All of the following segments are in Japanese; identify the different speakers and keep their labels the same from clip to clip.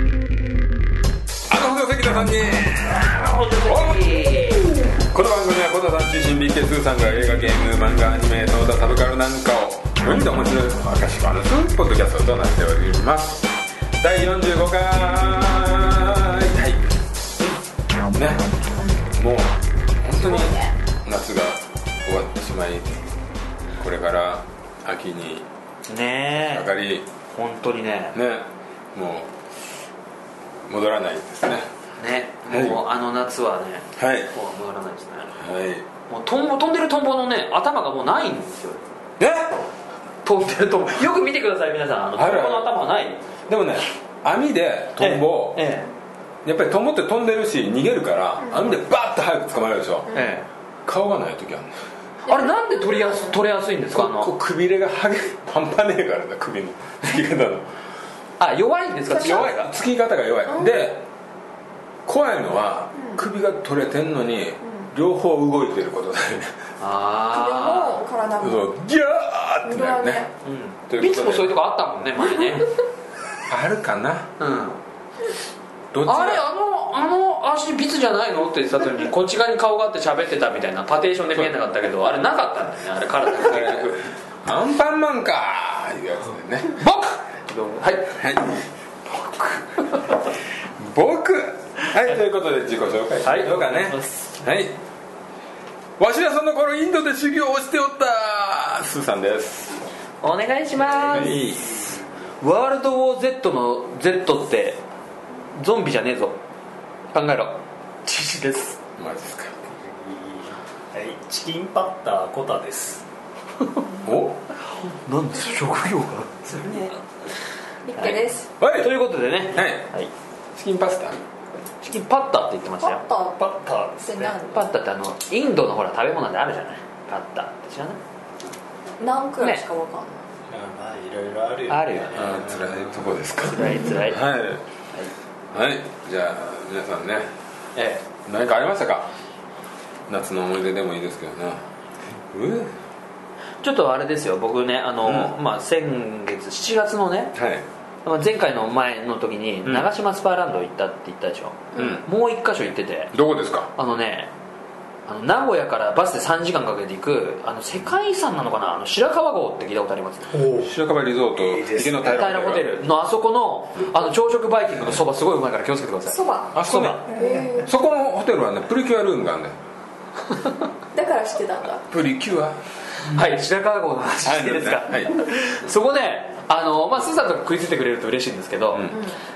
Speaker 1: あの細関田さんにこの番組は小田さん中心 BK2 さんが映画ゲーム漫画アニメその他サブカルなんかを世に面白いことを明かし話すポッドキャストとなっております第45回はいねもう本当に夏が終わってしまいこれから秋に
Speaker 2: ね
Speaker 1: 上
Speaker 2: え
Speaker 1: がり
Speaker 2: 本当にね
Speaker 1: ねもう戻らないですね
Speaker 2: ね
Speaker 1: はい
Speaker 2: もうあの夏はね
Speaker 1: はい
Speaker 2: こうは戻らないですね
Speaker 1: はい
Speaker 2: もうトンボ飛んでるトンボのね頭がもうないんですよ
Speaker 1: え
Speaker 2: 飛んでるトンボ よく見てください皆さんあのト
Speaker 1: はい
Speaker 2: ン
Speaker 1: はい
Speaker 2: ボの頭がない
Speaker 1: でもね網でトンボを
Speaker 2: え
Speaker 1: やっぱりトンボって飛んでるし逃げるから網でバッと早く捕まえるでしょ
Speaker 2: ええ
Speaker 1: 顔がない時あるの
Speaker 2: えあれなんで取りやす取れやすいんですかあ
Speaker 1: こ
Speaker 2: の
Speaker 1: うくびれがはげパンパンねえからな首のつき方の
Speaker 2: あ弱いんですか
Speaker 1: 弱い
Speaker 2: 力が
Speaker 1: つき方が弱いで怖いのは
Speaker 3: うん
Speaker 1: 首が取れてんのに両方動いてることだよね
Speaker 2: あ
Speaker 3: も体
Speaker 1: そ
Speaker 3: も
Speaker 1: うギャーってなるね
Speaker 2: あうん
Speaker 1: ということで
Speaker 2: ビッツもそういうとこあったもんね前 ね
Speaker 1: あるかな
Speaker 2: うん
Speaker 1: どっち
Speaker 2: あれ
Speaker 1: が
Speaker 2: あのあの足ビツじゃないのって言ってた時 にこっち側に顔があって喋ってたみたいなパテーションで見えなかったけどあれなかったんだよねあれ体
Speaker 1: あれアンパンマンかーいうやつだよね
Speaker 2: 僕はい
Speaker 1: はい僕僕はいということで自己紹介しましょうかね
Speaker 2: お願いします
Speaker 1: はいわしはその頃インドで修行をしておったスーさんです
Speaker 2: お願いしま
Speaker 1: い
Speaker 2: ワールドウォー Z の Z ってゾンビじゃねえぞ考えろ知事です
Speaker 1: マジですか
Speaker 4: はい、チキンパッターコタです。
Speaker 1: お
Speaker 2: なんです職業が
Speaker 3: ねリッケです
Speaker 1: はい
Speaker 2: ということでね
Speaker 1: はい
Speaker 2: はい
Speaker 1: チキンパスタ
Speaker 2: チキンパッタって言ってまし
Speaker 3: パ
Speaker 2: たよ
Speaker 3: ッター
Speaker 4: パッターで
Speaker 3: っ
Speaker 4: す
Speaker 3: て
Speaker 4: ね。
Speaker 2: パッタってあのインドのほら食べ物であるじゃないパッタって知らない
Speaker 3: 何何くらいしかわかんない
Speaker 4: まあいろいろあるよ、
Speaker 2: あるよね
Speaker 1: あー辛いとこですか
Speaker 2: 辛い辛い
Speaker 1: はいはいじゃあ皆さんね
Speaker 2: ええ
Speaker 1: 何かありましたか夏の思い出でもいいですけどねう
Speaker 2: ちょっとあれですよ僕ねあの、
Speaker 1: うん
Speaker 2: まあ、先月7月のね
Speaker 1: えはい
Speaker 2: まあ前回の前の時に
Speaker 1: ん
Speaker 2: 長島スパーランド行ったって言ったでしょ、
Speaker 1: う
Speaker 2: もう一箇所行ってて
Speaker 1: んどこですか
Speaker 2: あのねあの名古屋からバスで3時間かけて行くあの世界遺産なのかなあの白川郷って聞いたことあります
Speaker 4: お
Speaker 1: 白樺リゾー
Speaker 4: いい
Speaker 1: ト
Speaker 4: です
Speaker 1: 池の平
Speaker 2: 平良ホテルのあそこのあの朝食バイキングのそばすごいうまいから気をつけてください
Speaker 3: そば
Speaker 1: あそこね
Speaker 2: そ
Speaker 3: へ
Speaker 1: そこのホテルはねプリキュアルームがあるんだよ
Speaker 3: ーだから知ってたんだ
Speaker 1: プリキュア
Speaker 2: はい白川郷の話していいですか、
Speaker 1: はい
Speaker 2: そこねあの、まあ、スーさんとか食いついてくれると嬉しいんですけど、
Speaker 1: うん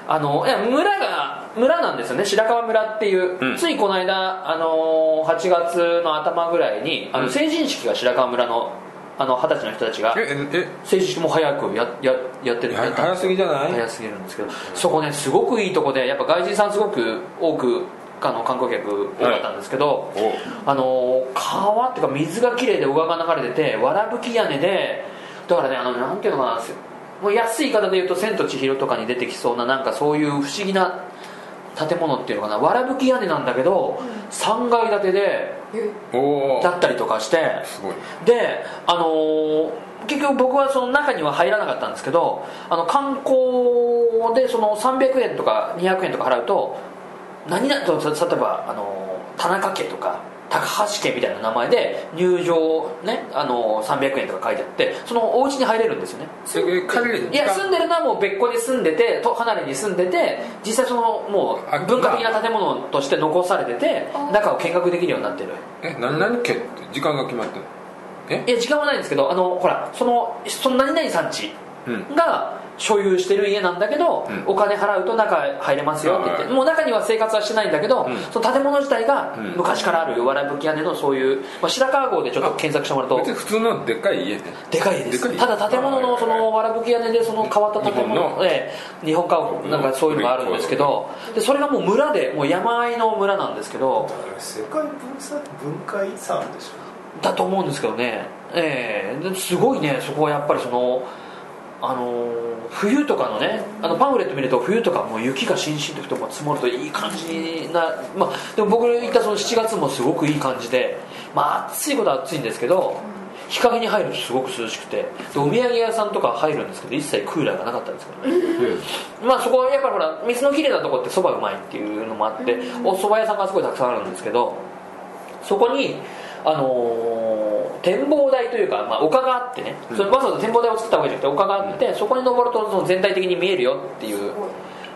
Speaker 2: あのいや村が村なんですよね白川村っていう、
Speaker 1: うん
Speaker 2: ついこの間、あの8月の頭ぐらいにあの
Speaker 1: うん
Speaker 2: 成人式が白川村のあの二十歳の人たちが
Speaker 1: ええ
Speaker 2: 成人式も早くやややって
Speaker 1: え
Speaker 2: る
Speaker 1: は
Speaker 2: やったん
Speaker 1: 早
Speaker 2: です
Speaker 1: すぎじゃない
Speaker 2: 早すぎるんですけどそこねすごくいいとこでやっぱ外人さんすごく多くあの観光客多かったんですけど、
Speaker 1: お
Speaker 2: あの川っていうか水がきれいで小川が流れててわらぶき屋根でだからねあのなんていうのかなもう安い言い方で言うと「千と千尋」とかに出てきそうななんかそういう不思議な建物っていうのかなわらぶき屋根なんだけど、3階建てで
Speaker 3: え
Speaker 1: お
Speaker 2: だ
Speaker 1: ー
Speaker 2: ったりとかして
Speaker 1: すごいね
Speaker 2: であのー結局僕はその中には入らなかったんですけどあの観光でその300円とか200円とか払うと何々と例えばあのー田中家とか高橋家みたいな名前で入場ねあのー300円とか書いてあってそのお家に入れるんですよね
Speaker 1: え彼ら
Speaker 2: いや住んでるのはもう別個に住んでてと離れに住んでて実際そのも
Speaker 1: あ
Speaker 2: う文化的な建物として残されてて
Speaker 3: あ
Speaker 2: 中を見学できるようになってる
Speaker 1: え何何家って時間が決まってるえ
Speaker 2: いや時間はないんですけどあのほらそのその何々産地
Speaker 1: うん
Speaker 2: が所有してる家なんだけど、
Speaker 1: うん
Speaker 2: お金払うと中入れますよって言って、
Speaker 1: はい
Speaker 2: もう中には生活はしてないんだけど、
Speaker 1: うん
Speaker 2: その建物自体が
Speaker 1: うん
Speaker 2: 昔からあるわらぶき屋根のそういう、まあ、白川郷でちょっと検索してもらう
Speaker 1: 別
Speaker 2: と
Speaker 1: に普通のでっかい家ね
Speaker 2: でかいです
Speaker 1: でかい
Speaker 2: ただ建物のそのわらぶき屋根でその変わった建
Speaker 1: 日本
Speaker 2: 物
Speaker 1: の
Speaker 2: ええ日本家屋なんかそういうのがあるんですけどでそれがもう村でもう山あいの村なんですけど
Speaker 4: だから世界文化文化遺産でし
Speaker 2: だと思うんですけどね、ええですごいねそこはやっぱりその、あのー冬とかのねあのパンフレット見ると冬とかもう雪がしんしんと太も積もるといい感じな、まあ、でも僕の行ったその7月もすごくいい感じで、まあ、暑いことは暑いんですけど日陰に入るとすごく涼しくてでお土産屋さんとか入るんですけど一切クーラーがなかったんですけどねまあそこはやっぱりほら水のきれいなとこってそばうまいっていうのもあってお蕎麦屋さんがすごいたくさんあるんですけどそこにあのー展望台というか、まあ、丘があってね、それわざわざ展望台を作ったわけじゃなくて丘があって、そこに登るとその全体的に見えるよっていう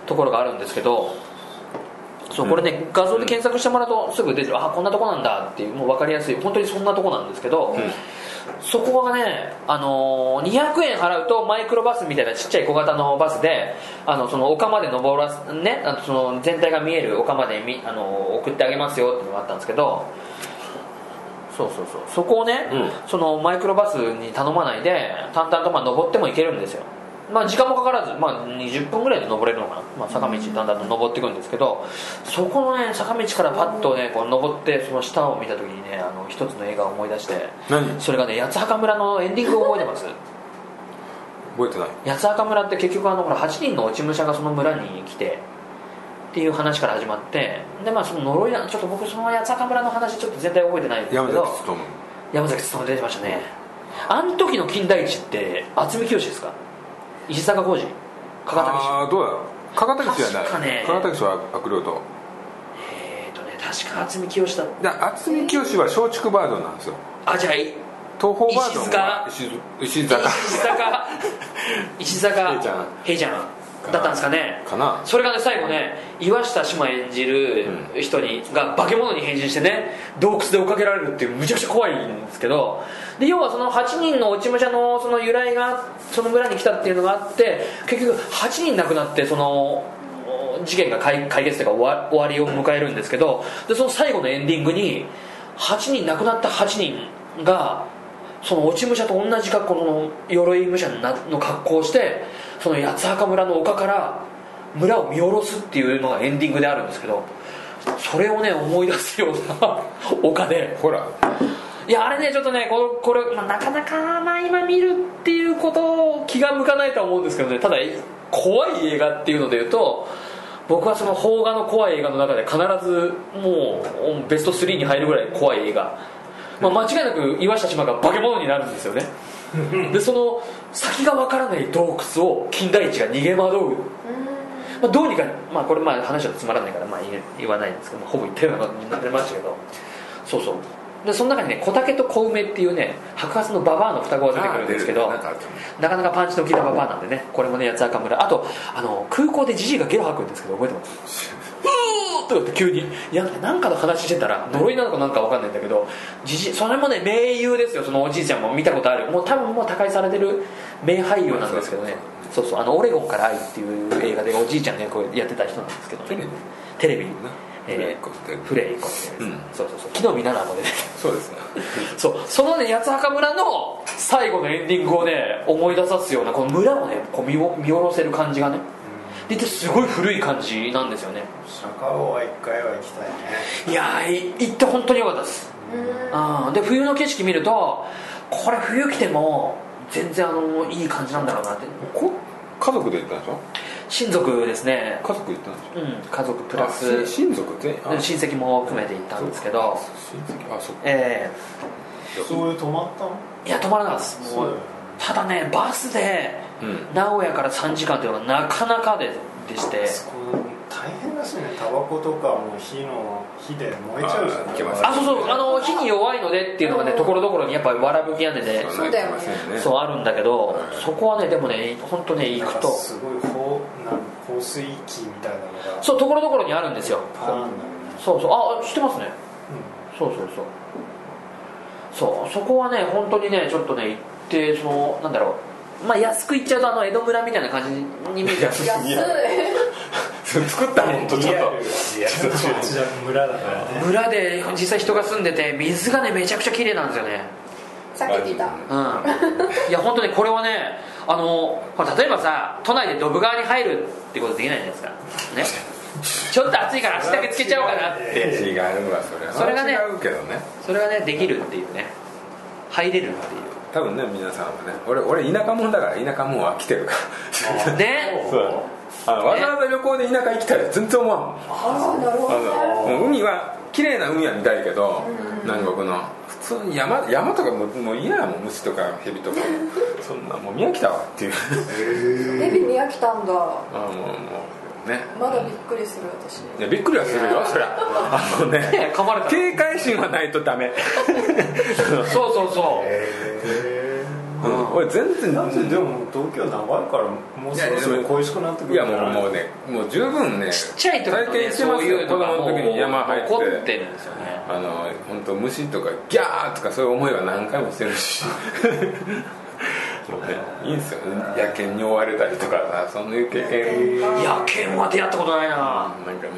Speaker 2: ところがあるんですけどそうこれね、画像で検索してもらうとすぐ出てるあこんなとこなんだっていうもう分かりやすい本当にそんなとこなんですけど、そこがね、あのー200円払うとマイクロバスみたいなちっちゃい小型のバスであのその丘まで登らす、ね、あのその全体が見える丘までみ、あのー送ってあげますよっていうのがあったんですけどそうそうそうそこをね、
Speaker 5: うん
Speaker 2: そのマイクロバスに頼まないで淡々とまあ登っても行けるんですよまあ時間もかからず、まあ、20分ぐらいで登れるのかな、まあ、坂道だんだんと登っていくんですけどそこのね坂道からパッとねこう登ってその下を見た時にねあの一つの映画を思い出して
Speaker 1: 何
Speaker 2: それがね八幡村のエンディングを覚えてます
Speaker 1: 覚えてない
Speaker 2: 八幡村って結局あのほら8人の落ち武者がその村に来てっていう話から始まってでまあその呪いなちょっと僕その八幡村の話ちょっと全体覚えてないんですけど
Speaker 1: 山崎努
Speaker 2: 山崎努出てましたねあの時の金田一って渥美清ですか石坂浩二加賀武
Speaker 1: ああどうやろう加賀武史じゃ
Speaker 2: 確か
Speaker 1: ない、
Speaker 2: ね
Speaker 1: 加賀武史は悪霊と
Speaker 2: えっ、とね確か渥美清だ
Speaker 1: じゃあ渥美清は松竹バージョンなんですよ
Speaker 2: あじゃあい
Speaker 1: 東宝バージョンは石塚石坂
Speaker 2: 石坂 石坂
Speaker 1: 平ちゃん
Speaker 2: 平ちゃんだったんですかね
Speaker 1: かな
Speaker 2: それがね最後ね岩下志麻演じる人に、が化け物に変身してね洞窟で追っかけられるっていうむちゃくちゃ怖いんですけどで要はその8人の落ち武者のその由来がその村に来たっていうのがあって結局8人亡くなってその事件が解解決というか終わ終わりを迎えるんですけどでその最後のエンディングに8人亡くなった8人がその落ち武者と同じ格好の鎧武者なの格好をしてその八幡村の丘から村を見下ろすっていうのがエンディングであるんですけどそれをね思い出すような 丘で
Speaker 1: ほら
Speaker 2: いやあれねちょっとねここれ、まあなかなか、まあ、今見るっていうことを気が向かないとは思うんですけどねただ怖い映画っていうので言うと僕はその邦画の怖い映画の中で必ずもうベスト3に入るぐらい怖い映画、まあ、間違いなく岩下志麻が化け物になるんですよねでその先がわからない洞窟を金田一が逃げ惑うまあ、どうにか、まあ、これまあ話はつまらないからまあ言え言わないんですけど、まあほぼ言ったようなことになりましたけどそうそうでその中にね小竹と小梅っていうね白髪のババアの双子が出てくるんですけど
Speaker 1: あー出るなんかあったね
Speaker 2: なかなかパンチの効いたババアなんでねこれもね八つ赤村あとあの空港でじじいがゲロ吐くんですけど覚えてますうーとかって急にいやなんかの話してたら呪いなのかなんかわかんないんだけどじじいそれもね名優ですよそのおじいちゃんも見たことあるもう多分もう他界されてる名俳優なんですけどねそうそうあの「オレゴンから愛」っていう映画でおじいちゃんがこうやってた人なんですけどね
Speaker 1: テレビ
Speaker 2: テレビに
Speaker 1: フレイコって
Speaker 2: フレイコって
Speaker 1: うん
Speaker 2: そうそうそう木の実奈々も出て
Speaker 1: そうですね
Speaker 2: そうそのね八つ墓村の最後のエンディングをね思い出さすようなこの村をねこう見お見下ろせる感じがねでてすごい古い感じなんですよね
Speaker 4: 中尾は一回は行きたいね
Speaker 2: いやーい行って本当に良かったです
Speaker 3: うん
Speaker 2: うんで冬の景色見るとこれ冬来ても全然あのいい感じなんだろうなって
Speaker 1: こ家族で行ったんでしょ
Speaker 2: 親族ですね
Speaker 1: 家族で行ったんでしょ
Speaker 2: うん家族プラ
Speaker 1: あ
Speaker 2: ス
Speaker 1: し
Speaker 2: 親
Speaker 1: 親族であ
Speaker 2: 戚も含めて行ったんですけ
Speaker 1: あ
Speaker 2: ど
Speaker 1: 親戚あそっか
Speaker 2: え
Speaker 4: そういう泊まったの
Speaker 2: えいや止まらなかったですも
Speaker 4: そう
Speaker 2: うただねバスで
Speaker 1: うん
Speaker 2: 名古屋から3時間というのはなかなかででして
Speaker 4: そこ大変だしねタバコとかもう火の火で燃えちゃうじゃ
Speaker 1: あい
Speaker 4: ん
Speaker 1: けます
Speaker 2: あそうそうあの火に弱いのでっていうのがねところどころにやっぱりわらぶき屋根で
Speaker 3: そうだよね
Speaker 2: そうあるんだけどそこはねでもね本当ね行
Speaker 4: なん
Speaker 2: く
Speaker 4: か
Speaker 2: と
Speaker 4: すごい放なんか放水器みたいなのが
Speaker 2: そうところどころにあるんですよ
Speaker 4: パーンだよね
Speaker 2: そうそうあ知ってますねそうそうそうそうそこはね本当にねちょっとね行ってそのなんだろうまあ安く行っちゃうとあの江戸村みたいな感じに見えちゃう
Speaker 1: 安
Speaker 3: 安い
Speaker 1: 作ったもんとちょっと
Speaker 4: リアルな町だ村だからね
Speaker 2: 村で実際人が住んでて水がねめちゃくちゃ綺麗なんですよね
Speaker 3: さっき聞いた
Speaker 2: うんいや本当にこれはねあのほら例えばさ都内でドブ川に入るってことできないじゃないですかねちょっと暑いから足だけつけちゃおうかなって
Speaker 1: 違うわそれは
Speaker 2: それがね
Speaker 1: 違うけどね
Speaker 2: それがねできるっていうね入れるっていう
Speaker 1: 多分ね皆さんはね俺俺田舎者だから田舎者は飽きてるから
Speaker 2: ね
Speaker 1: そうだねあのわざわざ旅行で田舎行きたいら全然思わんもん
Speaker 3: ああなるほどね
Speaker 1: あのもう海は綺麗な海は見たいけど、南国の普その山山とかももう嫌やもん虫とか蛇とかそんなもう見飽きたわっていう
Speaker 3: ヘビ見飽きたんだま
Speaker 1: あもうもうね
Speaker 3: だびっくりする私
Speaker 1: いやびっくりはするよそりゃあのね
Speaker 2: ね噛まれた
Speaker 1: 警戒心はないとダメ、
Speaker 2: そうそうそう
Speaker 4: え
Speaker 1: うん、俺全然
Speaker 4: なんででも東京長いからもうそろそろ恋しくなってく
Speaker 1: いや
Speaker 4: るんじ
Speaker 1: も
Speaker 4: ゃないう
Speaker 1: もうねもう十分ね
Speaker 2: ちっちゃい時の
Speaker 1: 体験
Speaker 2: ね
Speaker 1: して
Speaker 2: そ
Speaker 1: ま
Speaker 2: う
Speaker 1: す
Speaker 2: い
Speaker 1: よ
Speaker 2: う
Speaker 1: 子供
Speaker 2: のがもう
Speaker 1: の時に山入って
Speaker 2: 残ってるんですよね
Speaker 1: あの本当虫とかギャーとかそういう思いは何回もしてるしもうねいいんですよ野犬に追われたりとかさそういう経験
Speaker 2: 野犬は出会ったことないな
Speaker 1: なんかね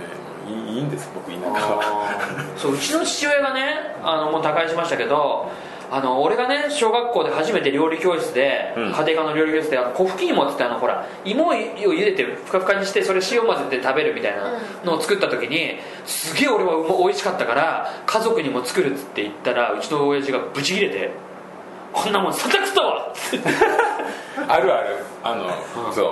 Speaker 1: いいいいんです僕田舎は
Speaker 2: あーそううちの父親がねあのもう他界しましたけどあの俺がね小学校で初めて料理教室で、
Speaker 1: うん
Speaker 2: 家庭科の料理教室であの粉吹き芋っつってあのほら芋を茹でてふかふかにしてそれ塩混ぜて食べるみたいなのを作った時にすげえ俺はうま美味しかったから家族にも作るっつって言ったらうちの親父がブチ切れて「こんなもんさたくったわ!」って
Speaker 1: あるあるあの、
Speaker 2: うん
Speaker 1: そう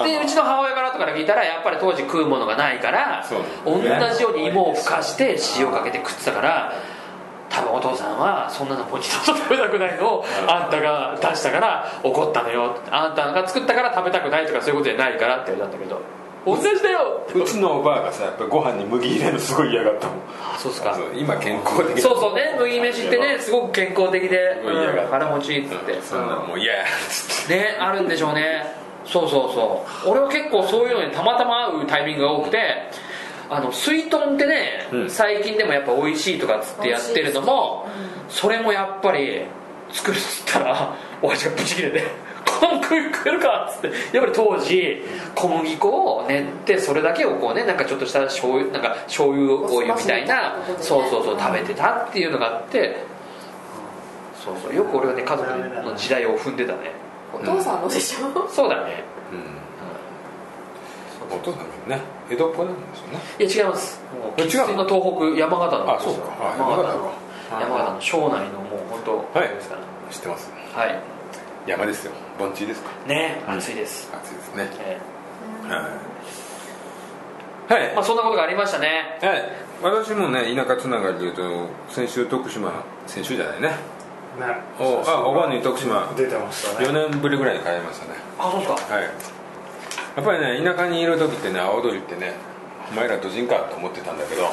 Speaker 1: あ
Speaker 2: でうちの母親からとから聞いたらやっぱり当時食うものがないから
Speaker 1: そう
Speaker 2: 同じように芋をふかして塩かけて食ってたから多分お父さんはそんなのもう二度と食べたくないのをあんたが出したから怒ったのよあんたが作ったから食べたくないとかそういうことじゃないからって言われたんだけど同じだよ
Speaker 1: うちのおばあがさやっぱご飯に麦入れるのすごい嫌がったもん
Speaker 2: あそうっすか
Speaker 1: そ
Speaker 2: そう
Speaker 1: 今健康的
Speaker 2: うそうね麦飯ってねすごく健康的で、
Speaker 1: うん
Speaker 2: うん腹持ちいいっつって、
Speaker 1: うんそんなんもう嫌やっつって
Speaker 2: ねあるんでしょうねそうそうそう俺は結構そういうのにたまたま会うタイミングが多くてあの水豚ってね、
Speaker 1: うん
Speaker 2: 最近でもやっぱ美味しいとかっつってやってるのも、それもやっぱり作るっつったら 親父がブチ切れて「この食い食えるか!」っつってやっぱり当時小麦粉を練ってそれだけをこうねなんかちょっとした醤油なんか醤油お湯みたいな
Speaker 3: お酢
Speaker 2: そ
Speaker 3: の
Speaker 2: う
Speaker 3: 素
Speaker 2: そうそ
Speaker 3: み
Speaker 2: う
Speaker 3: たい
Speaker 2: 食
Speaker 3: な
Speaker 2: べてたっていうのがあってそうそうよく俺はね家族の時代を踏んでたね
Speaker 3: お父さんのでしょ、
Speaker 2: そうだね
Speaker 1: うんお父さんもね江戸っ子なんですよね
Speaker 2: いや違いますもう
Speaker 1: え違う
Speaker 2: 生粋の東北山形の
Speaker 1: あそうかあ
Speaker 2: 山
Speaker 1: 山形
Speaker 2: 形の
Speaker 1: か
Speaker 2: 山形の庄内のもう本当
Speaker 1: はい
Speaker 2: ですから
Speaker 1: 知ってます
Speaker 2: はい
Speaker 1: 山ですよ盆地ですか
Speaker 2: ね
Speaker 1: うん
Speaker 2: 暑いです、
Speaker 1: 暑いですね
Speaker 2: え
Speaker 1: はいはい
Speaker 2: えまあそんなことがありましたね
Speaker 1: はい、私もね田舎つながりで言うと先週徳島先週じゃないね
Speaker 4: ね
Speaker 1: おあお盆に徳島
Speaker 4: 出てましたね
Speaker 1: 4年ぶりぐらいに帰りましたね
Speaker 2: あそう ですか
Speaker 1: はいやっぱりね田舎にいる時ってね青鳥ってねお前らドジンかと思ってたんだけど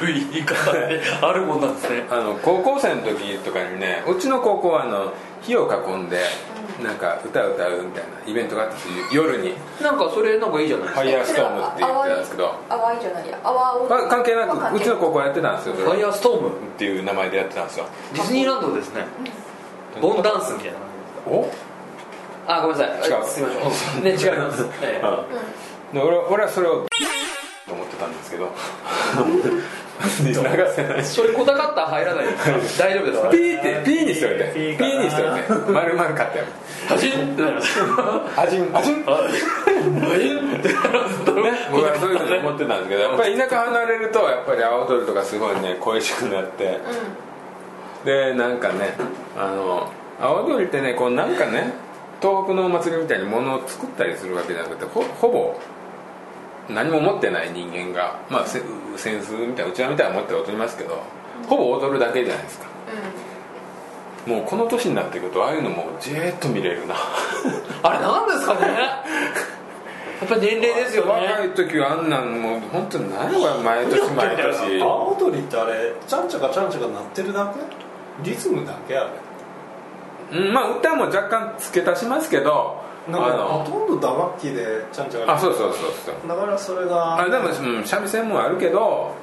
Speaker 2: 悪い言い方 であるもんなんですね
Speaker 1: あの高校生の時とかにねうちの高校はあの火を囲んでなんか歌を歌うみたいなイベントがあったんですよ夜に
Speaker 2: なんかそれなんかいいじゃない
Speaker 1: ファイヤーストームって言ってたんですけど
Speaker 3: 淡いじゃないや淡お
Speaker 1: まあ関係な
Speaker 3: まあ
Speaker 1: くうちの高校はやってたんですよそ
Speaker 2: ファイ
Speaker 1: れ
Speaker 2: ヤーストーム
Speaker 1: っていう名前でやってたんですよ
Speaker 2: ディズニーランドですねボンダンスみたいな
Speaker 1: お
Speaker 2: あごめんなさい
Speaker 1: 違う
Speaker 2: すみませんね違います、ええ
Speaker 1: うんで俺は俺はそれをと思ってたんですけ ど流せないし
Speaker 2: それ小高ったら入らない です大丈夫ですか
Speaker 1: ピーってピーにしといて
Speaker 4: ピ
Speaker 1: ピー
Speaker 4: ーかな
Speaker 1: にしといて丸々買ってやる
Speaker 2: パチンってなります
Speaker 1: アジンアジン
Speaker 2: パチンってなります
Speaker 1: 僕はそういうふうに思ってたんですけどやっぱり田舎離れるとやっぱり青鳥とかすごいね恋しくなってでなんかねあの青鳥ってねこうなんかね東北のお祭りみたいに物を作ったりするわけじゃなくてほほぼ何も持ってない人間がまあせ扇子みたいなうちわみたいなの持って踊りますけどほぼ踊るだけじゃないですかもうこの年になってくるとああいうのもじーっと見れるな
Speaker 2: あれなんですかねやっぱり年齢ですよ
Speaker 1: 若
Speaker 2: ね
Speaker 1: い時はあんなんもう本当に何やこれ毎年毎年
Speaker 4: 青鳥ってあれちゃんちゃかちゃんちゃか鳴ってるだけリズムだけあれ
Speaker 1: うんまあ歌も若干付け足しますけどあ
Speaker 4: なんかほ
Speaker 1: の
Speaker 4: とんど打楽器でちゃんちゃか
Speaker 1: あそうそうそうそう
Speaker 4: だからそれが
Speaker 1: あでも、うん、三味線もあるけど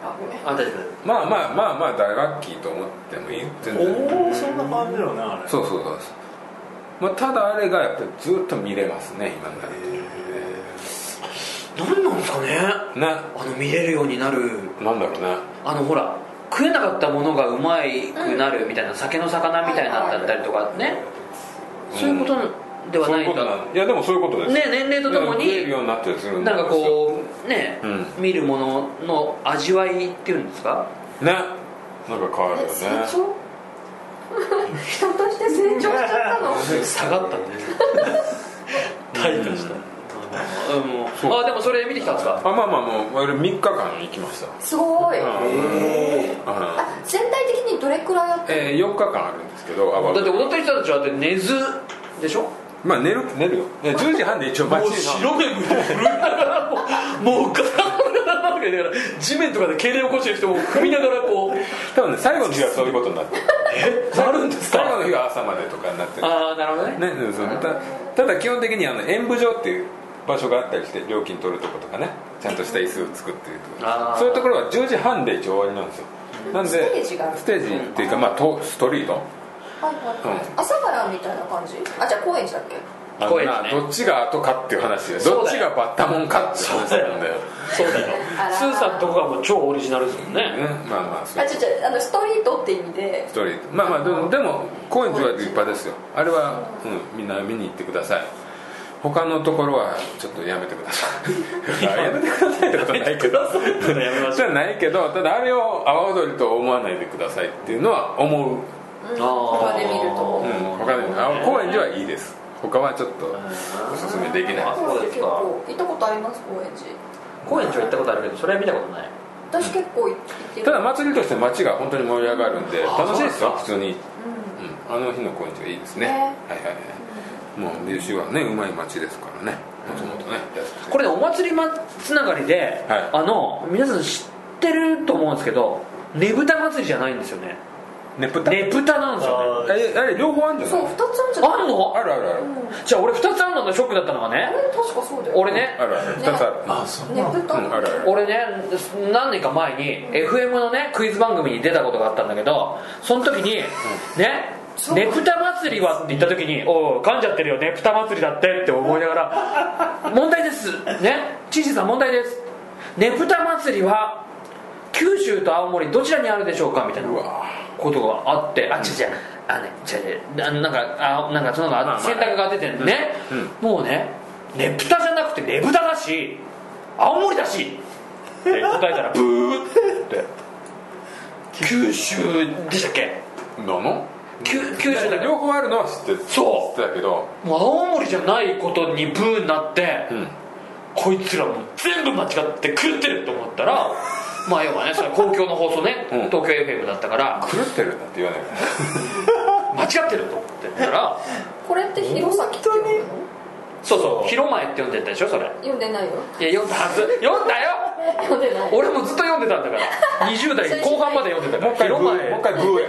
Speaker 3: あごめん
Speaker 2: あ大丈
Speaker 1: まあまあまあまあ大楽器と思ってもいい全
Speaker 4: お
Speaker 1: 然
Speaker 4: おそんな感じよねあれ
Speaker 1: そうそうそうそう、まあ、ただあれがやっぱりずっと見れますね今になる
Speaker 2: 夫何なんですかね
Speaker 1: とね
Speaker 2: あの見れるようになる
Speaker 1: なんだろうね
Speaker 2: あのほら食えなかったものがうまいくなるみたいな、酒の魚みたいになったりとかね、そういうことでは
Speaker 1: そう
Speaker 2: ないい
Speaker 1: こ
Speaker 2: うん
Speaker 1: と
Speaker 2: だ
Speaker 1: なんいやでもそういうことです
Speaker 2: ね年齢ととも
Speaker 1: 食え
Speaker 2: に
Speaker 1: るようになったりするんで
Speaker 2: な
Speaker 1: す
Speaker 2: ん
Speaker 1: よ
Speaker 2: かこうね、
Speaker 1: うん
Speaker 2: 見るものの味わいっていうんですか
Speaker 1: ねなんか変わるよ
Speaker 3: え
Speaker 1: ね
Speaker 3: 成長 人として成長しちゃったの
Speaker 2: 下がったね 退化した、うんうん
Speaker 1: そう
Speaker 2: あでもそれ見てきたんですか
Speaker 1: あまあまあもう俺3日間行きました
Speaker 3: すごい
Speaker 1: うん
Speaker 3: あ
Speaker 1: あ
Speaker 3: 全体れくらいやってる
Speaker 1: えー、4日間あるんですけど泡
Speaker 2: だ
Speaker 1: 踊
Speaker 2: って
Speaker 1: り
Speaker 2: 踊ってる人たちはだって寝ずでしょ
Speaker 1: まあ寝る寝るよで10時半で一応バッチリな
Speaker 2: 目向いて震えながらもうもうガラガラガラってだから地面とかで痙攣起こしてる人も踏みながらこう
Speaker 1: 多分ね最後の日はそういうことになってる
Speaker 2: なるんです
Speaker 1: 最後
Speaker 2: か
Speaker 1: の日は朝までとかになってる
Speaker 2: ああなるほどね
Speaker 1: ね、そうそうたただ基本的にあの演舞場っていう場所があったりして料金取るとことかねちゃんとした椅子を作ってると
Speaker 2: あ
Speaker 1: か
Speaker 2: ー
Speaker 1: そういうところは10時半で一応終わりなんですよなんで
Speaker 3: ステージがある
Speaker 1: ステージっていうか、まあ、とストリート
Speaker 3: はいはいはい
Speaker 1: うん
Speaker 3: 朝からみたいな感じあじゃあ高円寺だっけ
Speaker 1: あの
Speaker 2: 公園です
Speaker 1: な
Speaker 2: ね
Speaker 1: どっちが後かっていう話で
Speaker 2: そうだよ
Speaker 1: どっちがバッタモンかっていう話なんだよ、ね、
Speaker 2: そうだよ
Speaker 3: あら
Speaker 2: スーさんとこはもう超オリジナルですもんね
Speaker 1: まあまあそう
Speaker 3: あちょちょあのストリートって意味で
Speaker 1: ストリートまあまあでもでも高円寺は立派ですよあれは、うん、みんな見に行ってください他のところはちょっとやめてください やめてくださいってことはないけど
Speaker 2: ちょっとやめまし
Speaker 1: じ
Speaker 2: ょう
Speaker 1: ゃないけどただあれを阿波踊りと思わないでくださいっていうのは思う、
Speaker 3: うん
Speaker 2: あー
Speaker 3: 他で見ると
Speaker 1: うん、他でもあ高円寺はいいです他はちょっとおすすめできない
Speaker 2: あそうですか
Speaker 3: 高円寺結構行ったことあります高円寺
Speaker 2: 高円寺は行ったことあるけどそれは見たことない
Speaker 3: 私結構行ってる
Speaker 1: ただ祭りとして街が本当に盛り上がるんで
Speaker 2: あ
Speaker 1: 楽しいですよ
Speaker 2: そうですか
Speaker 1: 普通に、
Speaker 3: う
Speaker 1: うん、あの日の高円寺はいいですね、
Speaker 3: ね
Speaker 1: はいはいはいもう琉球はねうまい街ですからねもともとね
Speaker 2: これねお祭りまつながりで、
Speaker 1: はい
Speaker 2: あの皆さん知ってると思うんですけどねぶた祭りじゃないんですよね
Speaker 1: ねぷた
Speaker 2: ねぶたなんですよ
Speaker 1: あ
Speaker 2: ね
Speaker 1: れあれ両方あるんじ
Speaker 3: ん
Speaker 1: ゃ
Speaker 3: そう
Speaker 1: な
Speaker 3: 2
Speaker 1: い
Speaker 3: つあるんじゃない
Speaker 2: あんの
Speaker 1: あるあるある、
Speaker 2: じゃあ俺2つあるのがショックだったのが
Speaker 3: あ
Speaker 2: ね
Speaker 3: れ確かそうだよ
Speaker 2: 俺ね
Speaker 1: あるある2つある、
Speaker 4: あそん
Speaker 3: ね
Speaker 4: な
Speaker 3: ぶた
Speaker 1: うんあるある
Speaker 2: 俺ね何年か前に FM のねクイズ番組に出たことがあったんだけどその時に、ね
Speaker 3: そう
Speaker 2: ねぷた祭りはって言った時に「おう噛んじゃってるよねぷた祭りだって」って思いながら「問題ですね知事さん問題ですねぷた祭りは九州と青森どちらにあるでしょうか?」みたいな
Speaker 1: うわ
Speaker 2: ことがあってあっ違う違うあね違う違うあのなんかあなんかそのの
Speaker 1: まあま
Speaker 2: が
Speaker 1: あ
Speaker 2: 選択が出てるね、
Speaker 1: うん
Speaker 2: もうねねぷたじゃなくてねぶただし青森だしって答えたらブーって 九州でしたっけ
Speaker 1: どの
Speaker 2: 九九州だけど
Speaker 1: 両方あるのは知ってる
Speaker 2: そう
Speaker 1: 知ってたけど
Speaker 2: もう青森じゃないことにブーになって、
Speaker 1: うん
Speaker 2: こいつらもう全部間違って狂ってると思ったらまあ要はねそれ公共の放送ね、
Speaker 1: うん
Speaker 2: 東京 FM だったから
Speaker 1: 狂ってるなんて言わないから
Speaker 2: 間違ってると思ってたら
Speaker 3: これって弘前って読むの
Speaker 2: そうそう「広前」って読んでたでしょそれ
Speaker 3: 読んでないよ
Speaker 2: いや読んだはず読んだよ
Speaker 3: 読んでない
Speaker 2: 俺もずっと読んでたんだから20代 後半まで読んでた
Speaker 1: もう一
Speaker 2: か
Speaker 1: 回
Speaker 2: ら
Speaker 1: ブーもう一回ブーや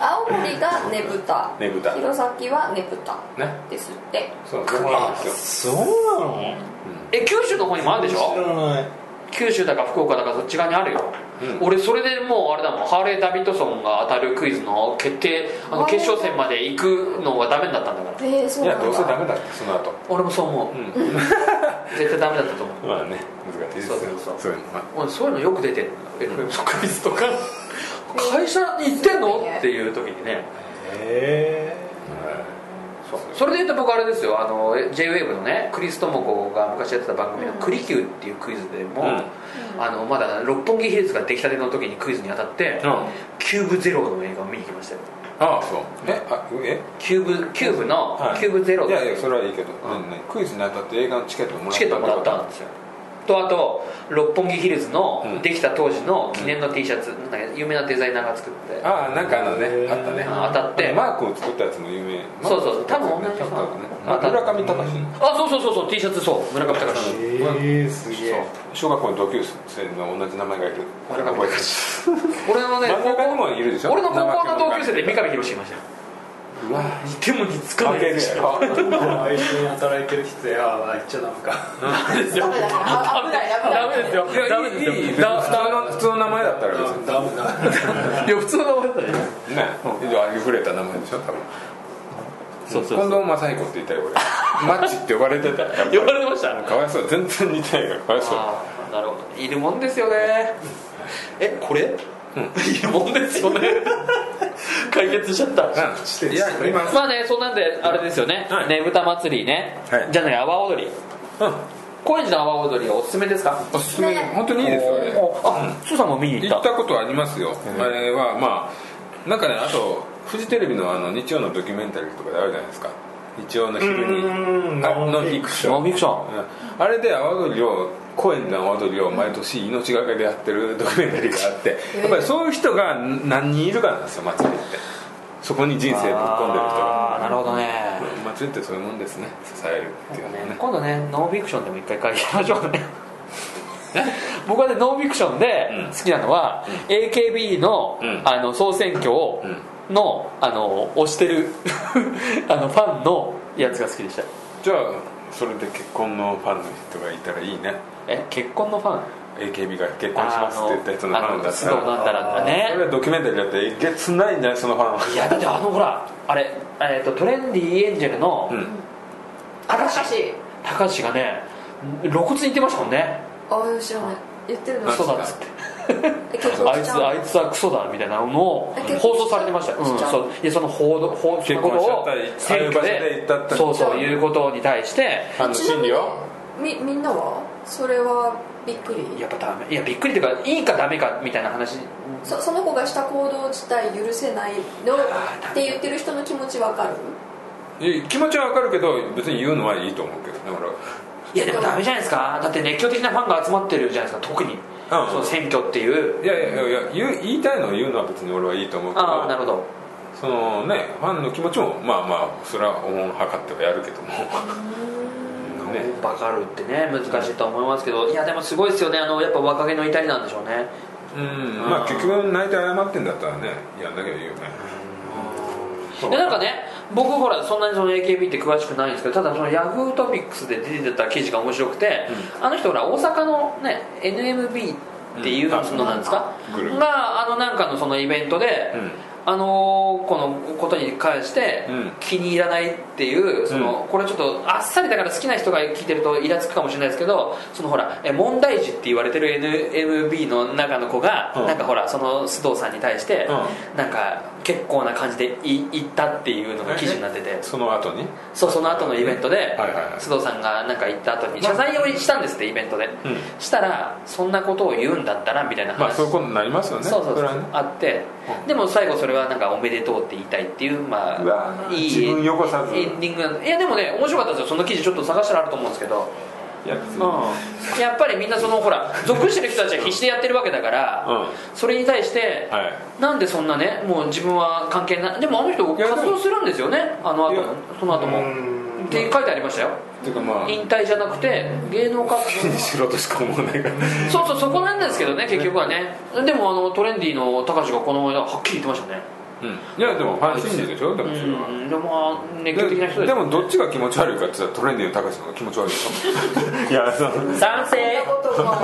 Speaker 3: 青森がねぶた
Speaker 1: ねぶた
Speaker 3: 弘前はねぶた
Speaker 1: ね
Speaker 3: ですって
Speaker 1: そう両方あるんですよ
Speaker 4: そうなの
Speaker 2: え九州の方にもあるでし
Speaker 4: 知
Speaker 2: ょ
Speaker 4: らない
Speaker 2: 九州だか福岡だかそっち側にあるよ、
Speaker 1: うん
Speaker 2: 俺それでもうあれだもんハーレー・ダビッドソンが当たるクイズの決定あの
Speaker 3: あー
Speaker 2: 決勝戦まで行くのがダメだったんだから
Speaker 3: えー、そ
Speaker 1: いう
Speaker 3: な
Speaker 1: や
Speaker 3: んだ
Speaker 1: どうせダメだってその後
Speaker 2: 俺もそう思う、絶対ダメだったと思う
Speaker 1: まあね難しいですよ
Speaker 2: そうそうそう
Speaker 1: そういうのは
Speaker 2: 俺そういうのよく出てる FM のクイズと か会社に行ってんのっていう時にね
Speaker 4: へ
Speaker 1: そう
Speaker 2: それで言うと僕あれですよあの JWAVE のねクリストモコが昔やってた番組の「クリキュー」っていうクイズでも、
Speaker 3: うん
Speaker 2: あのまだ六本木ヒルズが出来たての時にクイズに当たって、
Speaker 1: うん
Speaker 2: キューブゼロの映画を見に行きましたよ
Speaker 1: ああそうえあえ
Speaker 2: キューブキューブの、
Speaker 1: はい
Speaker 2: キューブゼロ
Speaker 1: い
Speaker 2: って
Speaker 1: や
Speaker 2: いう
Speaker 1: いやそれはいいけど
Speaker 2: ん
Speaker 1: ねねクイズに当たって映画のチケットもらった
Speaker 2: チケットもらったんですよとあと六本木ヒルズの、
Speaker 1: うん
Speaker 2: できた当時の記念の T シャツ、なんか有名なデザイナーが作って
Speaker 1: ああなんかあのね
Speaker 4: へー
Speaker 1: あったね
Speaker 2: あ当たって
Speaker 1: あのマークを作ったやつも有名
Speaker 2: そうそうそう多分
Speaker 1: ね
Speaker 2: 同じ人
Speaker 1: 多分ね
Speaker 2: 当たっ
Speaker 1: 村上隆の
Speaker 2: あそうそうそうそう T シャツそう村上隆
Speaker 4: えすげえ
Speaker 1: そう小学校の同級生の同じ名前がいる
Speaker 2: 村上
Speaker 1: 覚えてる
Speaker 2: 俺のね
Speaker 1: 真ん中にもいるでしょ
Speaker 2: 俺の高校の同級生で三上博史いましたよ
Speaker 1: うわ
Speaker 2: 似ても似つか
Speaker 1: 関
Speaker 2: ない
Speaker 1: 係ね
Speaker 2: でし
Speaker 1: え
Speaker 2: ょ
Speaker 1: よ
Speaker 4: 一緒に働いてる人やあ言っちゃダメか
Speaker 3: ダメだからあ危ない危ない
Speaker 2: ダメですよ
Speaker 1: いや
Speaker 2: ダメですよ
Speaker 1: いいいい別に
Speaker 2: ダ
Speaker 1: 普通の普通の名前だったら別に
Speaker 4: ダメ
Speaker 2: い
Speaker 4: だ
Speaker 2: や普通の名前だったね
Speaker 1: ねありふれた名前でしょ多分
Speaker 2: そうそう
Speaker 1: 近藤正彦って言ったよ俺マッチって呼ばれてたよ
Speaker 2: 呼ばれてました
Speaker 1: かわいそう全然似てないからかわいそう
Speaker 2: ああなるほどいるもんですよねえこれ、いるもんですよね解決しちゃった
Speaker 1: うんいや今
Speaker 2: まあねそんなんであれですよね、
Speaker 1: はい
Speaker 2: ねぶた祭りね、
Speaker 1: はい
Speaker 2: じゃない阿波踊り
Speaker 1: うん
Speaker 2: 高円寺の阿波踊りはおすすめですか
Speaker 1: おすすめ本当にいいですよあれ
Speaker 2: おあっさんも見に行
Speaker 1: 行
Speaker 2: っ
Speaker 1: ったたことありますよあれはまあなんかねあとフジテレビのあの日曜のドキュメンタリーとかであるじゃないですか日曜の昼に
Speaker 4: うん
Speaker 1: あノンフィクション
Speaker 2: ノンフィクション
Speaker 1: うんあれで阿波踊りを公園の踊りを毎年命がけでやってるドキュメンタリーがあってやっぱりそういう人が何人いるかなんですよ祭りってそこに人生ぶっ込んでる人
Speaker 2: あー
Speaker 1: が
Speaker 2: なるほどね
Speaker 1: 祭りってそういうもんですね支えるっていうのはね
Speaker 2: 今度ねノンフィクションでも一回会議しましょうね僕はねノンフィクションで
Speaker 1: うん
Speaker 2: 好きなのは、AKB の,、
Speaker 1: うん
Speaker 2: あの総選挙を、のあの推してる あのファンのやつが好きでした
Speaker 1: じゃあそれで結婚のファンの人がいたらいいね
Speaker 2: え結婚のファン
Speaker 1: AKB が結婚しますって言った人のファンだった
Speaker 2: あの須藤
Speaker 1: ら
Speaker 2: なんたらだね
Speaker 1: それはドキュメンタリーだってえげつないんじゃないそのファンはい
Speaker 2: やだってあのほらあれ、えー、とトレンディエンジェルの
Speaker 1: うん
Speaker 2: 高橋、高橋がね露骨に言ってましたもんね
Speaker 3: ああ知らない言ってるの
Speaker 1: マジ
Speaker 2: クソ
Speaker 1: か
Speaker 2: だっつって
Speaker 3: え結
Speaker 2: あ
Speaker 3: 婚
Speaker 2: い
Speaker 3: しち
Speaker 2: つ
Speaker 3: ゃうの
Speaker 2: あいつはクソだみたいなのも
Speaker 3: え結
Speaker 2: 放
Speaker 3: 構
Speaker 2: 送されてましたよ、うん、
Speaker 3: しちゃう
Speaker 2: そういやその報道報そ
Speaker 1: 結
Speaker 2: のこ
Speaker 1: 婚
Speaker 2: と
Speaker 1: しちゃ
Speaker 2: を
Speaker 1: ったりああい
Speaker 2: 選
Speaker 1: う場所
Speaker 2: 挙
Speaker 1: で
Speaker 2: で
Speaker 1: 行ったって
Speaker 2: そうそう
Speaker 3: うん
Speaker 2: いうことに対して
Speaker 1: ファンの
Speaker 3: ちな
Speaker 1: 心
Speaker 3: みに
Speaker 1: 理を
Speaker 3: みみんなはそれはびっくり
Speaker 2: やっぱダメいやびっくりというかいいかダメかみたいな話
Speaker 3: そその子がした行動自体許せないの
Speaker 2: あー
Speaker 3: って言ってる人の気持ちわかる
Speaker 1: いや気持ちはわかるけど別に言うのはいいと思うけどだから
Speaker 2: いやでもダメじゃないですかだって熱狂的なファンが集まってるじゃないですか特に、その選挙っていう
Speaker 1: いやいやいや言う言いたいのを言うのは別に俺はいいと思うけど
Speaker 2: ああなるほど
Speaker 1: そのねファンの気持ちもまあまあそれはおもんはかってはやるけどもね
Speaker 2: バカるってね難しいと思いますけどいやでもすごいですよねあのやっぱ若気の至りなんでしょうね
Speaker 1: うんまあ結局泣いて謝ってんだったらねやんなきゃいいよね
Speaker 2: でなんかね僕ほらそんなにその AKB って詳しくないんですけどただそのヤフートピックスで出てた記事が面白くて、あの人ほら大阪のね NMB っていう
Speaker 1: うん
Speaker 2: のなんですか、
Speaker 1: グループ
Speaker 2: があのなんかのそのイベントで、
Speaker 1: うん
Speaker 2: あのーこのことに関して
Speaker 1: うん
Speaker 2: 気に入らないっていうその、これちょっとあっさりだから好きな人が聞いてるとイラつくかもしれないですけどそのほらえ問題児って言われてる NMB の中の子が、
Speaker 1: うん
Speaker 2: なんかほらその須藤さんに対して、
Speaker 1: う
Speaker 2: なんか結構な感じでい言ったっていうのが記事になっ てて
Speaker 1: その後に
Speaker 2: そうその後のイベントで、
Speaker 1: はいはいはい
Speaker 2: 須藤さんがなんか言った後に謝罪をしたんですってイベントで、
Speaker 1: うん
Speaker 2: したらそんなことを言うんだったらみたいな話、
Speaker 1: まあそういうことになりますよね
Speaker 2: そうそう
Speaker 1: れ
Speaker 2: そう
Speaker 1: はね
Speaker 2: あって、
Speaker 1: う
Speaker 2: でも最後それはなんかおめでとうって言いたいっていうま
Speaker 1: うわ
Speaker 2: あいい
Speaker 1: 自分よこさず
Speaker 2: エンディングなんでいやでもね面白かったですよその記事ちょっと探したらあると思うんですけど、
Speaker 1: いや別に
Speaker 2: うん、やっぱりみんなそのほら属してる人たちは必死でやってるわけだから、
Speaker 1: う
Speaker 2: それに対して、
Speaker 1: はい
Speaker 2: なんでそんなねもう自分は関係ないでもあの人
Speaker 1: いやでも
Speaker 2: 活動するんですよねあの後
Speaker 1: いや
Speaker 2: もその後も
Speaker 4: うん
Speaker 2: って書いてありましたよ
Speaker 1: ていうかまあ
Speaker 2: 引退じゃなくて芸能活
Speaker 1: 気にしろとしか思わないから
Speaker 2: 動そうそうそこなんですけどね結局はねでもあのトレンディーの高橋がこの間はっきり言ってましたね
Speaker 1: うんいやでもファン心理でしょでもそれは
Speaker 2: うんでもまあ熱狂的な人
Speaker 1: で
Speaker 2: です
Speaker 1: でもどっちが気持ち悪いかって言ったらトレンディーの高橋の方が気持ち悪いでしょ いやその
Speaker 2: 賛
Speaker 3: そんなことは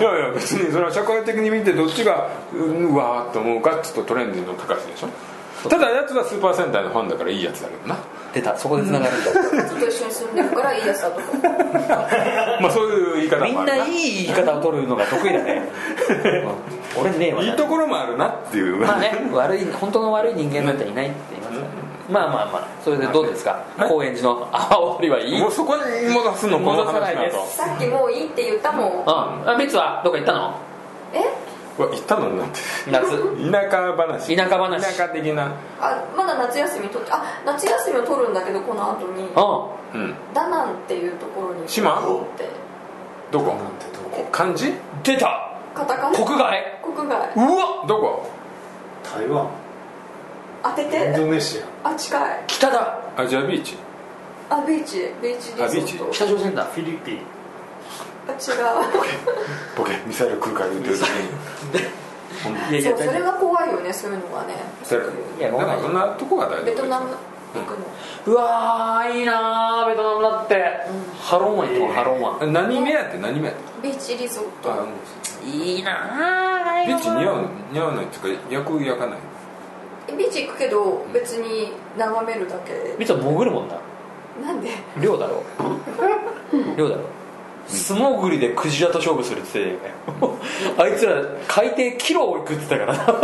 Speaker 1: いやいや別にそれは社会的に見てどっちがうんうわーっと思うかちょっとトレンディーの高橋でしょただやつはスーパー戦隊のファンだからいいやつだけどな
Speaker 2: 出たそこでつながるんだ
Speaker 3: ずっと一緒に住んでるからいいやつだと思う
Speaker 1: まあそういう言い方
Speaker 2: み
Speaker 1: もあ
Speaker 2: ん
Speaker 1: る
Speaker 2: な
Speaker 1: ない
Speaker 2: い言い方を取るのが得意だね うん俺ねえわ
Speaker 1: いいところもあるなっていう
Speaker 2: まあね悪い本当の悪い人間なんていないって言いますからねまあまあまあそれでどうですか高円寺の阿波踊りはいい
Speaker 1: もうそこに戻すのこの
Speaker 2: 戻さな
Speaker 1: 話
Speaker 2: い
Speaker 1: だ
Speaker 2: で
Speaker 1: と
Speaker 2: す
Speaker 3: さっきもういいって言ったもん
Speaker 2: うんあ別はどっか行ったの
Speaker 3: え
Speaker 1: うわ言ったのになって
Speaker 2: 夏
Speaker 1: 田舎話
Speaker 2: 田舎話
Speaker 1: 田舎的な
Speaker 3: あまだ夏休み取ってあ夏休みを取るんだけどこの後に
Speaker 2: う
Speaker 1: うん
Speaker 3: ダナンっていうところに
Speaker 1: 島
Speaker 3: 行って
Speaker 1: どこ
Speaker 4: なんてどこ
Speaker 1: 漢字
Speaker 2: ん出た
Speaker 3: カタカナ
Speaker 2: 国
Speaker 3: 国
Speaker 2: 外う
Speaker 3: 外
Speaker 2: わ
Speaker 1: どこ
Speaker 4: 台湾
Speaker 3: 当て
Speaker 4: インド
Speaker 3: て
Speaker 4: ネシア
Speaker 3: あ近い
Speaker 2: 北だ
Speaker 1: アジアビーチ
Speaker 3: あビーチビーチリゾ
Speaker 1: あビーチ
Speaker 3: ート
Speaker 2: 北朝鮮だ
Speaker 4: フィリピン
Speaker 3: あ違
Speaker 1: ボケミサイル空から撃てる時に
Speaker 2: いや
Speaker 3: うそうそれが怖いよねそういうのがね
Speaker 1: ミサイル
Speaker 2: いやごめん
Speaker 1: だからそんなとこが大丈夫
Speaker 3: ベトナム行くの
Speaker 2: うわーいいなーベトナムだって、
Speaker 3: うん
Speaker 2: ハロンワン行ってこうハロンワン
Speaker 1: 何目当て何目当て
Speaker 3: ビーチリゾー
Speaker 1: あ
Speaker 3: ト
Speaker 1: もう
Speaker 2: いいなー
Speaker 1: ビーチ似合う似合わないっていうか焼く焼かない
Speaker 3: ビーチ行くけど別に眺めるだけ
Speaker 2: ビーチは潜るもんな
Speaker 3: なんで
Speaker 2: 漁だろ 漁だろ素潜りでクジラと勝負するって言ってたよあいつら海底キロを行くって言ってたから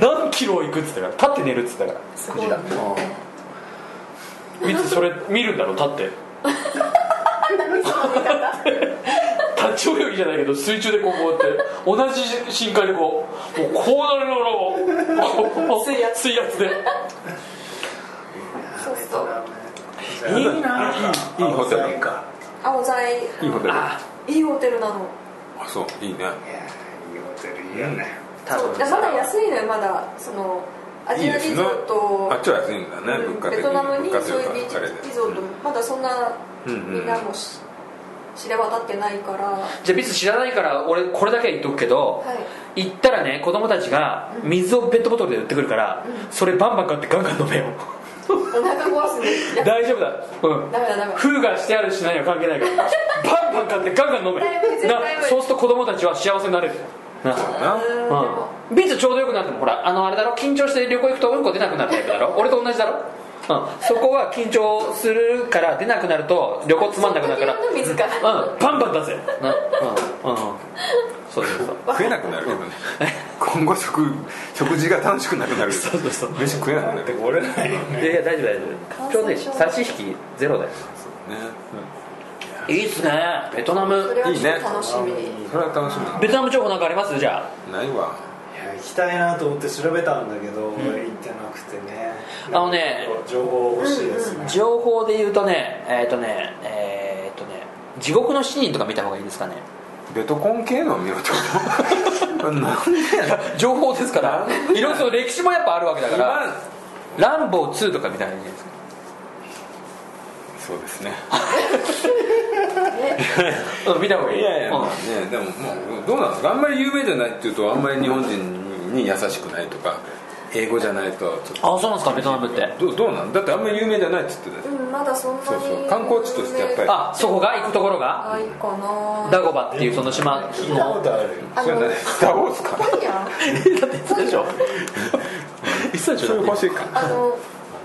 Speaker 2: 何キロを行くって言ってたから立って寝るって言ってた
Speaker 3: す
Speaker 2: か
Speaker 3: ごい
Speaker 2: らクジラ見てそれ見るんだろ立 って
Speaker 3: 何その見方
Speaker 2: 立ち泳ぎじゃないけど水中でこうこうやって同じ深海でこうもうこうなるのを水圧水圧で
Speaker 3: そうそう
Speaker 4: いい
Speaker 2: いいない
Speaker 1: いホテル
Speaker 4: か
Speaker 3: 青材
Speaker 1: いいホテル
Speaker 2: あ
Speaker 3: いいホテルなの
Speaker 1: あそういいね
Speaker 4: やーいいホテルいいよね、
Speaker 2: 多
Speaker 3: そう
Speaker 2: 分
Speaker 3: いやまだ安いのよまだそのアジアリゾート
Speaker 1: あっちは安いんだね、
Speaker 3: うん
Speaker 1: 物価的
Speaker 3: ベ
Speaker 1: に
Speaker 3: トナム
Speaker 1: 物
Speaker 3: に
Speaker 1: 価と
Speaker 3: そう
Speaker 1: い
Speaker 3: いううビー
Speaker 1: かあれで
Speaker 3: チリゾートまだそんな
Speaker 1: うんうんうん
Speaker 3: みんなもし知れ渡ってないから は
Speaker 2: じゃあビス知らないから俺これだけは言っとくけど、
Speaker 3: い
Speaker 2: 行ったらね子供たちが水をペットボトルで売ってくるから、
Speaker 3: うん
Speaker 2: それバンバン買ってガンガン飲めよ
Speaker 3: お腹壊すねいや
Speaker 2: 大丈夫だうん
Speaker 3: ダメだダメだ
Speaker 2: 封がしてあるしないは関係ないからバンバン買ってガンガン飲め
Speaker 3: だいぶ絶対無理
Speaker 2: そうすると子供たちは幸せになれるな
Speaker 1: な
Speaker 3: うーんでも
Speaker 2: うん、ビーツちょうどよくなってもほらあのあれだろ緊張して旅行行くとうんこ出なくなるタイプだろ俺と同じだろ、うん、そこは緊張するから出なくなると旅行つまんなくなるから
Speaker 3: その時の水か
Speaker 2: うん、バンバン出せなうんうんうんそうそうそう
Speaker 1: 食えなくなるけどね今後食食事が楽しくなく なる
Speaker 2: そうそうそう
Speaker 1: 飯食えなくなる
Speaker 4: で
Speaker 1: ね
Speaker 4: も俺らいいよね
Speaker 2: いやいや大丈夫大丈夫ちょうどいい
Speaker 3: 感染症
Speaker 2: 差し引きゼロだよいいっすねベトナ
Speaker 3: そ
Speaker 2: ム
Speaker 3: れはい
Speaker 1: い
Speaker 3: ちょ
Speaker 1: ね
Speaker 3: っと楽しみ
Speaker 1: それは楽しみ
Speaker 2: ベトナム情報なんかありますじゃ
Speaker 1: ないわ
Speaker 4: いや行きたいなと思って調べたんだけど、俺行ってなくてね
Speaker 2: あのね
Speaker 4: 情報欲しいですね、
Speaker 2: あ情報で言うとねえっ、とねえっ、とね地獄の7人とか見た方がいいですかね
Speaker 1: ベトコン系の見ようってこと なんで
Speaker 2: 情報ですからいろいろその歴史もやっぱあるわけだから
Speaker 1: 今
Speaker 2: 「ランボー2」とかみたいなじゃないですか
Speaker 1: そうですね
Speaker 2: うん見た方がいい
Speaker 1: いやいや
Speaker 2: うん
Speaker 1: まあねでももうどうなんですかあんまり有名じゃないっていうとあんまり日本人に優しくないとか英語じゃないとちょっ
Speaker 2: あそうなんですかベトナムって
Speaker 1: とどうどうなんだってあんまり有名じゃないっつってたよ
Speaker 3: うんまだそんなに
Speaker 1: そうそう観光地としてやっぱり
Speaker 2: あそこが行くところが
Speaker 3: ないか
Speaker 2: ダ
Speaker 3: な
Speaker 2: ゴバっていうその島
Speaker 4: 聞いたこ
Speaker 2: の
Speaker 4: とあるよ
Speaker 3: あ
Speaker 1: それ
Speaker 3: の
Speaker 1: は何スター・ウォーズか
Speaker 3: 何や
Speaker 2: だって言ってたでしょ言ってたでし
Speaker 1: それ
Speaker 2: ょ
Speaker 1: 欲しいか
Speaker 3: あの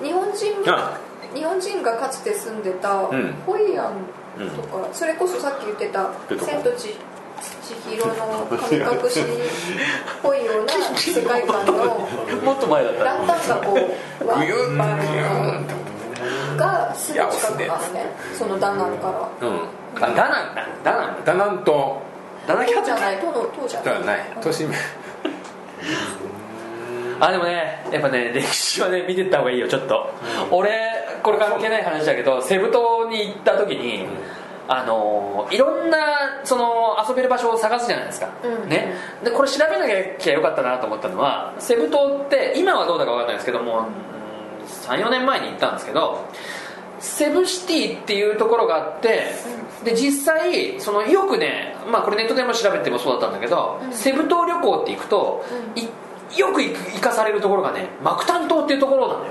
Speaker 3: 日本人
Speaker 1: あ
Speaker 3: 日本人がかつて住んでた
Speaker 1: ん
Speaker 3: ホイアンとか、それこそさっき言ってた
Speaker 1: ベ
Speaker 3: 「
Speaker 1: トコン
Speaker 3: 千と千尋の神隠し」っぽいような世 界観の
Speaker 2: もっと前だった
Speaker 3: ランタンがこうワ
Speaker 1: ぐよんぐよんって
Speaker 3: がすぐ近くなのねそのダナンから
Speaker 1: うん
Speaker 2: あダナンだダナン
Speaker 1: だなんと
Speaker 2: ダナンキャ
Speaker 3: 塔
Speaker 2: ッチ
Speaker 3: じゃない塔の塔じゃ
Speaker 1: で
Speaker 3: な
Speaker 1: はいない年目
Speaker 2: あでもねやっぱね歴史はね見てった方がいいよちょっと、俺これ関係ない話だけどセブ島に行った時に、あのいろんなその遊べる場所を探すじゃないですか、
Speaker 3: うん
Speaker 2: ね、でこれ調べなきゃよかったなと思ったのはセブ島って今はどうだか分かんないですけども34年前に行ったんですけどセブシティっていうところがあってで実際そのよくね、まあ、これネットでも調べてもそうだったんだけど、
Speaker 3: うん
Speaker 2: セブ島旅行って行くと、
Speaker 3: うん
Speaker 2: いよく行く行かされるところがねマクタン島っていうところなのよ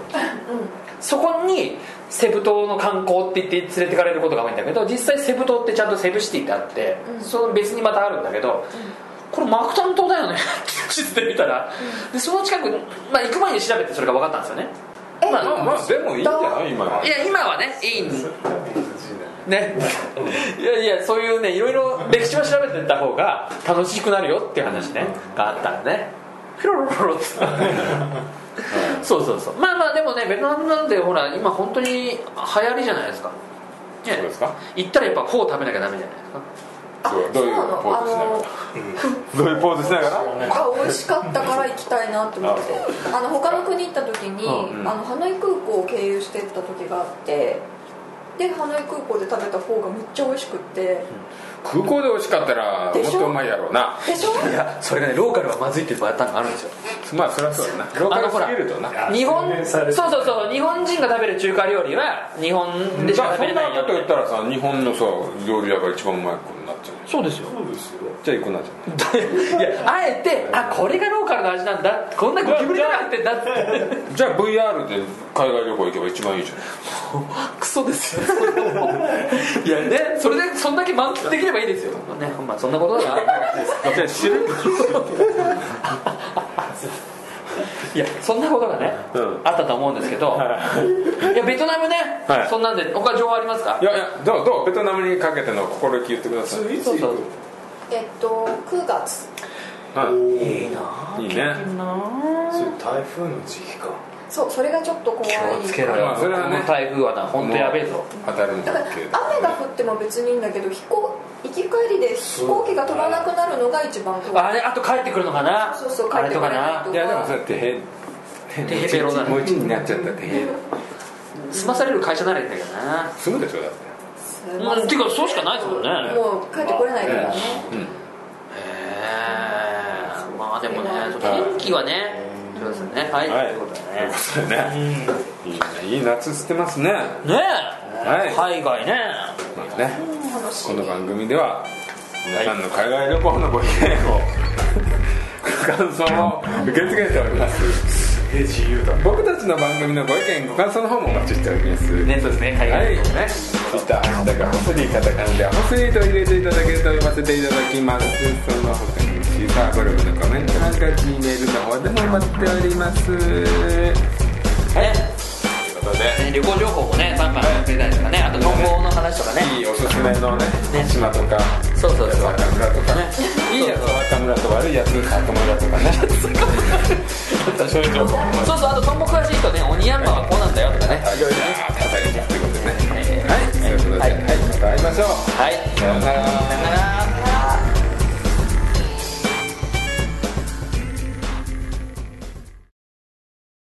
Speaker 2: そこにセブ島の観光って言って連れてかれることが多いんだけど実際セブ島ってちゃんとセブシティってあって、
Speaker 3: うん
Speaker 2: その別にまたあるんだけど、これマクタン島だよね地図で見たら、でその近く、まあ、行く前に調べてそれが分かったんですよね
Speaker 3: え
Speaker 2: ま
Speaker 1: まあ
Speaker 2: あ
Speaker 1: まあでもいいんじゃない今はい
Speaker 2: や今はねいいん
Speaker 4: それ多分 NG だね
Speaker 2: ね、いやいやそういうねいろいろ歴史を調べてった方が楽しくなるよっていう話ねがあったんでねフロロロロってそうそうそうまあまあでもねベトナムなんでほら今本当に流行りじゃないですか、ね、
Speaker 1: そうですか
Speaker 2: 行ったらやっぱフォー食べなきゃダメじゃないですか
Speaker 1: そうどういうポーズしながらどういうポーズしながら
Speaker 3: あ美味しかったから行きたいなと思ってあの他の国行った時に、
Speaker 2: うん
Speaker 1: うん
Speaker 3: あのハノイ空港を経由してった時があってでハノイ空港で食べたフォーがめっちゃ美味しくって
Speaker 1: 空港で美味しかったらも
Speaker 3: で
Speaker 1: っ
Speaker 3: しょ
Speaker 1: とうまいやろうない
Speaker 3: でしょ
Speaker 2: いやそれがねローカルはまずいっていうパターンがあるんですよ
Speaker 1: まあそりゃそうだなロー
Speaker 2: あのほ
Speaker 1: カ
Speaker 2: ら
Speaker 1: ルすぎるとな
Speaker 4: や
Speaker 2: 日本
Speaker 4: 洗練
Speaker 2: そ
Speaker 4: さ
Speaker 2: う
Speaker 4: れてる
Speaker 2: そうそう日本人が食べる中華料理は日本でし
Speaker 1: じゃ
Speaker 2: か
Speaker 1: あ
Speaker 2: 食
Speaker 1: そ
Speaker 2: べれ
Speaker 1: んな
Speaker 2: ないよ
Speaker 1: こ
Speaker 2: っ
Speaker 1: と言ってたらさ日本のさ料理屋が一番うまいことになっちゃう
Speaker 2: そうですよ
Speaker 4: そうですよ
Speaker 1: じゃあ行くなじ
Speaker 2: いやあえてあこれがローカルの味なんだこんなゴキブリじゃなくてんだって
Speaker 1: ゃんじゃあ VR で海外旅行行けば一番いいじゃん
Speaker 2: クソですよいやねそれでそんだけ満喫できればいいですよ、ねまあ、そんなことだな
Speaker 1: じゃあ知る
Speaker 2: いやそんなことがね、
Speaker 1: うん
Speaker 2: あったと思うんですけどいやベトナムね、
Speaker 1: はい
Speaker 2: そんなんで他情報ありますか
Speaker 1: いやいやどうどうベトナムにかけての心意気言ってください
Speaker 4: いつ
Speaker 2: そうそ
Speaker 4: 行
Speaker 2: う
Speaker 4: く
Speaker 3: えっと9月
Speaker 1: は
Speaker 4: え
Speaker 1: いいいね
Speaker 4: それ台風の時期か
Speaker 3: そうそれがちょっと怖い
Speaker 2: 気をつけろよ、
Speaker 1: まあそれはね
Speaker 2: この台風はな本当やべえぞ
Speaker 1: 当たるん
Speaker 3: だ
Speaker 1: だ
Speaker 3: から
Speaker 1: け
Speaker 3: 雨が降っても別にいいんだけど飛行行き帰りで飛行機が飛ばなくなるのが一番怖い
Speaker 2: あれあと帰ってくるのかな
Speaker 3: そうそう
Speaker 2: あれとか
Speaker 3: 帰ってこない
Speaker 2: な
Speaker 3: と
Speaker 1: いやでもそうやってへ
Speaker 2: テ ヘペロだ
Speaker 1: もう一になっちゃったてへ
Speaker 2: 済まされる会社ならいいんだけどな
Speaker 1: 住むでしょだって
Speaker 3: そですね、
Speaker 2: うん
Speaker 3: まず
Speaker 2: ていうかそうしかないですもんね
Speaker 3: もう帰ってこれないからね、
Speaker 1: うん
Speaker 2: へえまあでもね
Speaker 3: はい
Speaker 2: 天気はね
Speaker 4: うん
Speaker 2: そうですよねはい、
Speaker 1: はい
Speaker 2: ということでね
Speaker 1: ということでねいいねいい夏捨てますね
Speaker 2: ねえ、
Speaker 1: は
Speaker 2: 海外ね
Speaker 1: まあね
Speaker 3: 楽しい
Speaker 1: この番組では皆さんの海外旅行のご意見をご感想を受け付けております
Speaker 4: え自由だ
Speaker 1: 僕たちの番組のご意見ご感想の方もお待ちしております
Speaker 2: ねそうですね海
Speaker 1: はい
Speaker 2: 外旅行
Speaker 1: ツ
Speaker 2: ね、
Speaker 1: イッターだからホスリーカタカナではホスリーと入れていただけると読ませていただきますその他にシーサーブログのコメントなんか G メールの方でも待っております
Speaker 2: ね
Speaker 1: ということで
Speaker 2: ね旅行情報もねバンバンくれたりとかねあと今後の話とかね
Speaker 1: いいおすすめのね島とか
Speaker 2: そうそうそう
Speaker 1: 中村とか
Speaker 2: ね
Speaker 1: いいやつ若村と悪いやつ中村とかね そういう情報も
Speaker 2: そうそうあとトンボ詳しい人ね鬼ヤンマはこうなんだよとかね
Speaker 1: いろいろね語りたいということでね
Speaker 2: えー
Speaker 1: はいそういうことで
Speaker 2: は
Speaker 1: はいいまた会いましょう
Speaker 2: はい
Speaker 1: さようなら